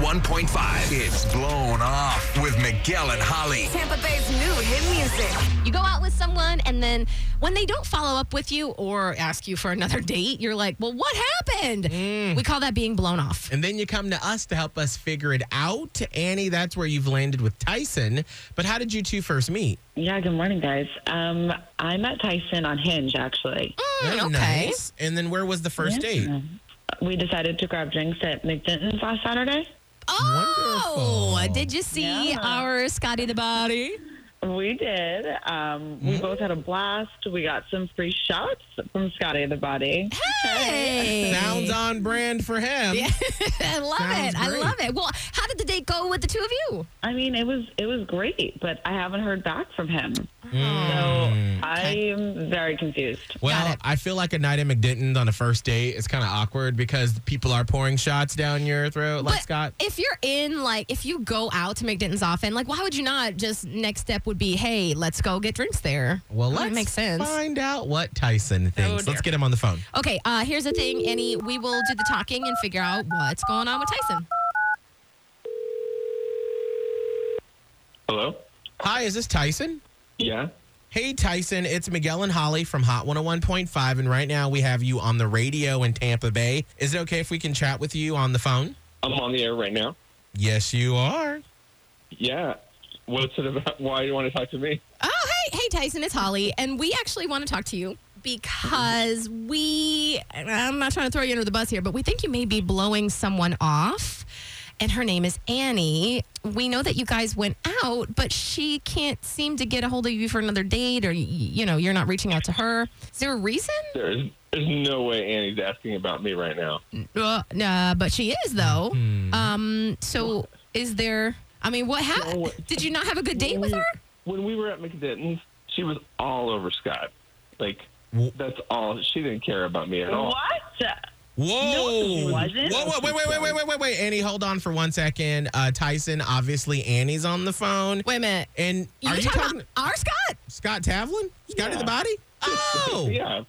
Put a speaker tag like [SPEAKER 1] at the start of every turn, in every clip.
[SPEAKER 1] 101.5. It's blown off with Miguel and Holly.
[SPEAKER 2] Tampa Bay's new hit music.
[SPEAKER 3] You go out with someone, and then when they don't follow up with you or ask you for another date, you're like, well, what happened?
[SPEAKER 4] Mm.
[SPEAKER 3] We call that being blown off.
[SPEAKER 4] And then you come to us to help us figure it out. Annie, that's where you've landed with Tyson. But how did you two first meet?
[SPEAKER 5] Yeah, good morning, guys. Um, I met Tyson on Hinge, actually.
[SPEAKER 3] Mm,
[SPEAKER 4] Very
[SPEAKER 3] okay.
[SPEAKER 4] nice. And then where was the first date?
[SPEAKER 5] We decided to grab drinks at McDenton's last Saturday.
[SPEAKER 3] Oh,
[SPEAKER 4] Wonderful.
[SPEAKER 3] did you see
[SPEAKER 5] Yeah.
[SPEAKER 3] our Scotty the Body?
[SPEAKER 5] We did. Um, we both had a blast. We got some free shots from Scotty the Body.
[SPEAKER 3] Hey.
[SPEAKER 4] Sounds on brand for him.
[SPEAKER 3] Yeah. I love
[SPEAKER 4] Sounds
[SPEAKER 3] it. I
[SPEAKER 4] great.
[SPEAKER 3] love it. Well, how did the date go with the two of you?
[SPEAKER 5] I mean, it was it was great, but I haven't heard back from him. So I'm very confused.
[SPEAKER 4] Well,
[SPEAKER 3] it.
[SPEAKER 4] I feel like a night at McDenton's on a first date is kind of awkward because people are pouring shots down your throat, like
[SPEAKER 3] But
[SPEAKER 4] Scott.
[SPEAKER 3] If you're in, like, if you go out to McDenton's often, like, why would you not just next step would be, hey, let's go get drinks there?
[SPEAKER 4] Well,
[SPEAKER 3] that
[SPEAKER 4] let's
[SPEAKER 3] makes sense. Oh,
[SPEAKER 4] find out what Tyson thinks.
[SPEAKER 3] dear.
[SPEAKER 4] let's get him on the phone.
[SPEAKER 3] Okay, uh, here's the thing, Annie. We will do the talking and figure out what's going on with Tyson.
[SPEAKER 6] Hello?
[SPEAKER 4] Hi, is this Tyson?
[SPEAKER 6] Yeah.
[SPEAKER 4] Hey Tyson, it's Miguel and Holly from Hot 101.5, and right now we have you on the radio in Tampa Bay. Is it okay if we can chat with you on the phone?
[SPEAKER 6] I'm on the air right now.
[SPEAKER 4] Yes, you are.
[SPEAKER 6] Yeah. What's it about? Why do you want to talk to me?
[SPEAKER 3] Oh, hey, hey, Tyson, it's Holly, and we actually want to talk to you because we, and I'm not trying to throw you under the bus here, but we think you may be blowing someone off, and her name is Annie. We know that you guys went out, but she can't seem to get a hold of you for another date, or, y- you know, you're not reaching out to her. Is there a reason?
[SPEAKER 6] There's there's no way Annie's asking about me right now.
[SPEAKER 3] Uh, nah, but she is, though.
[SPEAKER 4] Hmm.
[SPEAKER 3] Um, so is there, I mean, what happened?
[SPEAKER 6] No.
[SPEAKER 3] Did you not have a good date with her?
[SPEAKER 6] When we were at McDenton's, she was all over Scott. Like
[SPEAKER 4] Wh-
[SPEAKER 6] that's all. She didn't care about me at all.
[SPEAKER 5] What?
[SPEAKER 4] Whoa!
[SPEAKER 5] it wasn't.
[SPEAKER 4] Whoa! Whoa! Wait! Wait! Wait! Wait! Wait! Wait! Wait! Annie, hold on for one second. Uh, Tyson, obviously, Annie's on the phone.
[SPEAKER 3] Wait a minute.
[SPEAKER 4] And
[SPEAKER 3] You
[SPEAKER 4] are
[SPEAKER 3] were
[SPEAKER 4] you
[SPEAKER 3] talking,
[SPEAKER 4] talking
[SPEAKER 3] about our Scott?
[SPEAKER 4] Scott Tavlin? Scott in
[SPEAKER 6] Yeah.
[SPEAKER 4] the body? Oh!
[SPEAKER 6] Yeah.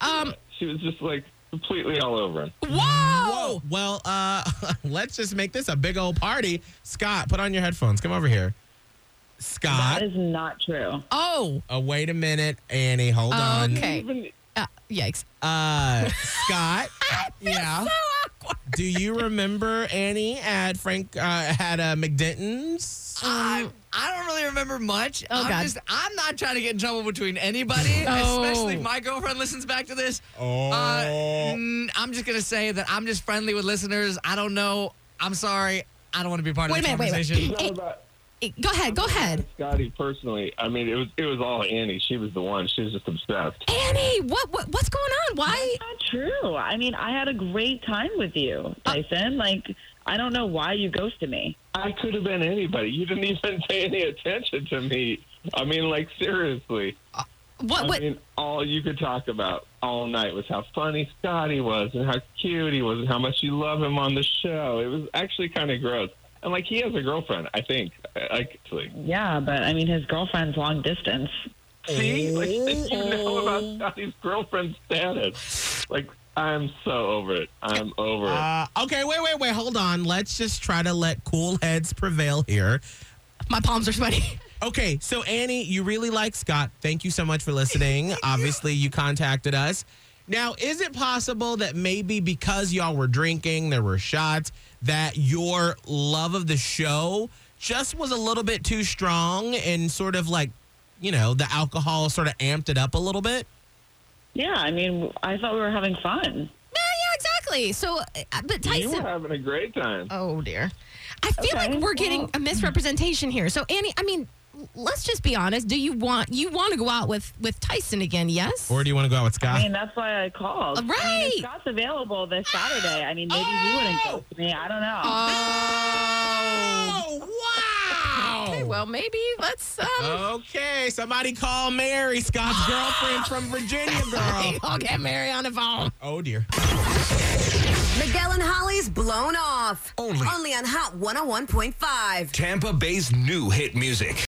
[SPEAKER 3] Um,
[SPEAKER 6] She was just like completely all over him.
[SPEAKER 3] Whoa!
[SPEAKER 4] Whoa! Well, uh, let's just make this a big old party. Scott, put on your headphones. Come over here. Scott.
[SPEAKER 5] That is not true.
[SPEAKER 3] Oh,
[SPEAKER 4] Uh, wait a minute, Annie. Hold on.
[SPEAKER 3] okay.
[SPEAKER 6] Even
[SPEAKER 3] Uh, yikes.
[SPEAKER 4] Uh, Scott. yeah. Do you remember Annie at Frank uh, at uh, McDenton's?
[SPEAKER 7] I, I don't really remember much.
[SPEAKER 3] Um, Oh,
[SPEAKER 7] I'm
[SPEAKER 3] God.
[SPEAKER 7] just I'm not trying to get in trouble between anybody,
[SPEAKER 3] Oh.
[SPEAKER 7] especially if my girlfriend listens back to this.
[SPEAKER 4] Oh.
[SPEAKER 7] Uh, mm, I'm just gonna say that I'm just friendly with listeners. I don't know. I'm sorry. I don't want to be part
[SPEAKER 3] Wait a
[SPEAKER 7] of this
[SPEAKER 3] minute, wait a minute.
[SPEAKER 7] conversation.
[SPEAKER 6] it's not about
[SPEAKER 3] Eh, Go ahead, go ahead.
[SPEAKER 6] Scotty personally. I mean, it was it was all Annie. She was the one. She was just obsessed.
[SPEAKER 3] Annie, what, what what's going on? Why?
[SPEAKER 5] Not true. I mean, I had a great time with you, Tyson. Like, I don't know why you ghosted me.
[SPEAKER 6] I could have been anybody. You didn't even pay any attention to me. I mean, like seriously.
[SPEAKER 3] What
[SPEAKER 6] I
[SPEAKER 3] what?
[SPEAKER 6] mean, all you could talk about all night was how funny Scotty was and how cute he was and how much you love him on the show. It was actually kind of gross. And like, he has a girlfriend, I think. I- Like, it's like
[SPEAKER 5] Yeah, but I mean, his girlfriend's long distance.
[SPEAKER 6] see, like, you know about Scotty's girlfriend status. Like, I'm so over it. I'm over it.
[SPEAKER 4] Uh, okay, wait, wait, wait. Hold on. Let's just try to let cool heads prevail here.
[SPEAKER 3] My palms are sweaty.
[SPEAKER 4] Okay, so Annie, you really like Scott. Thank you so much for listening. Obviously, you contacted us. Now, is it possible that maybe because y'all were drinking, there were shots, that your love of the show just was a little bit too strong and sort of like, you know, the alcohol sort of amped it up a little bit?
[SPEAKER 5] Yeah, I mean, I thought we were having fun.
[SPEAKER 3] Yeah, yeah, exactly. So, uh, but
[SPEAKER 6] You were
[SPEAKER 3] Tyson.
[SPEAKER 6] having a great time.
[SPEAKER 3] Oh dear. I feel
[SPEAKER 5] Okay,
[SPEAKER 3] like we're getting
[SPEAKER 5] well-
[SPEAKER 3] a misrepresentation here. So Annie, I mean, l- let's just be honest. Do you want you want to go out with with Tyson again? Yes.
[SPEAKER 4] Or do you want to go out with
[SPEAKER 5] I
[SPEAKER 4] Scott?
[SPEAKER 5] mean, that's why I called. I mean,
[SPEAKER 3] Right.
[SPEAKER 5] if Scott's available this Saturday. I mean, maybe he wouldn't
[SPEAKER 4] Oh.
[SPEAKER 5] ghost me. I don't know.
[SPEAKER 4] oh,
[SPEAKER 3] okay, well, maybe let's um
[SPEAKER 4] Okay, somebody call Oh, Mary, Scott's girlfriend from Virginia, girl.
[SPEAKER 3] I'll get Mary on the phone.
[SPEAKER 4] Oh, dear.
[SPEAKER 2] Miguel and Holly's blown off.
[SPEAKER 1] Only.
[SPEAKER 2] on Hot 101.5.
[SPEAKER 1] Tampa Bay's new hit music.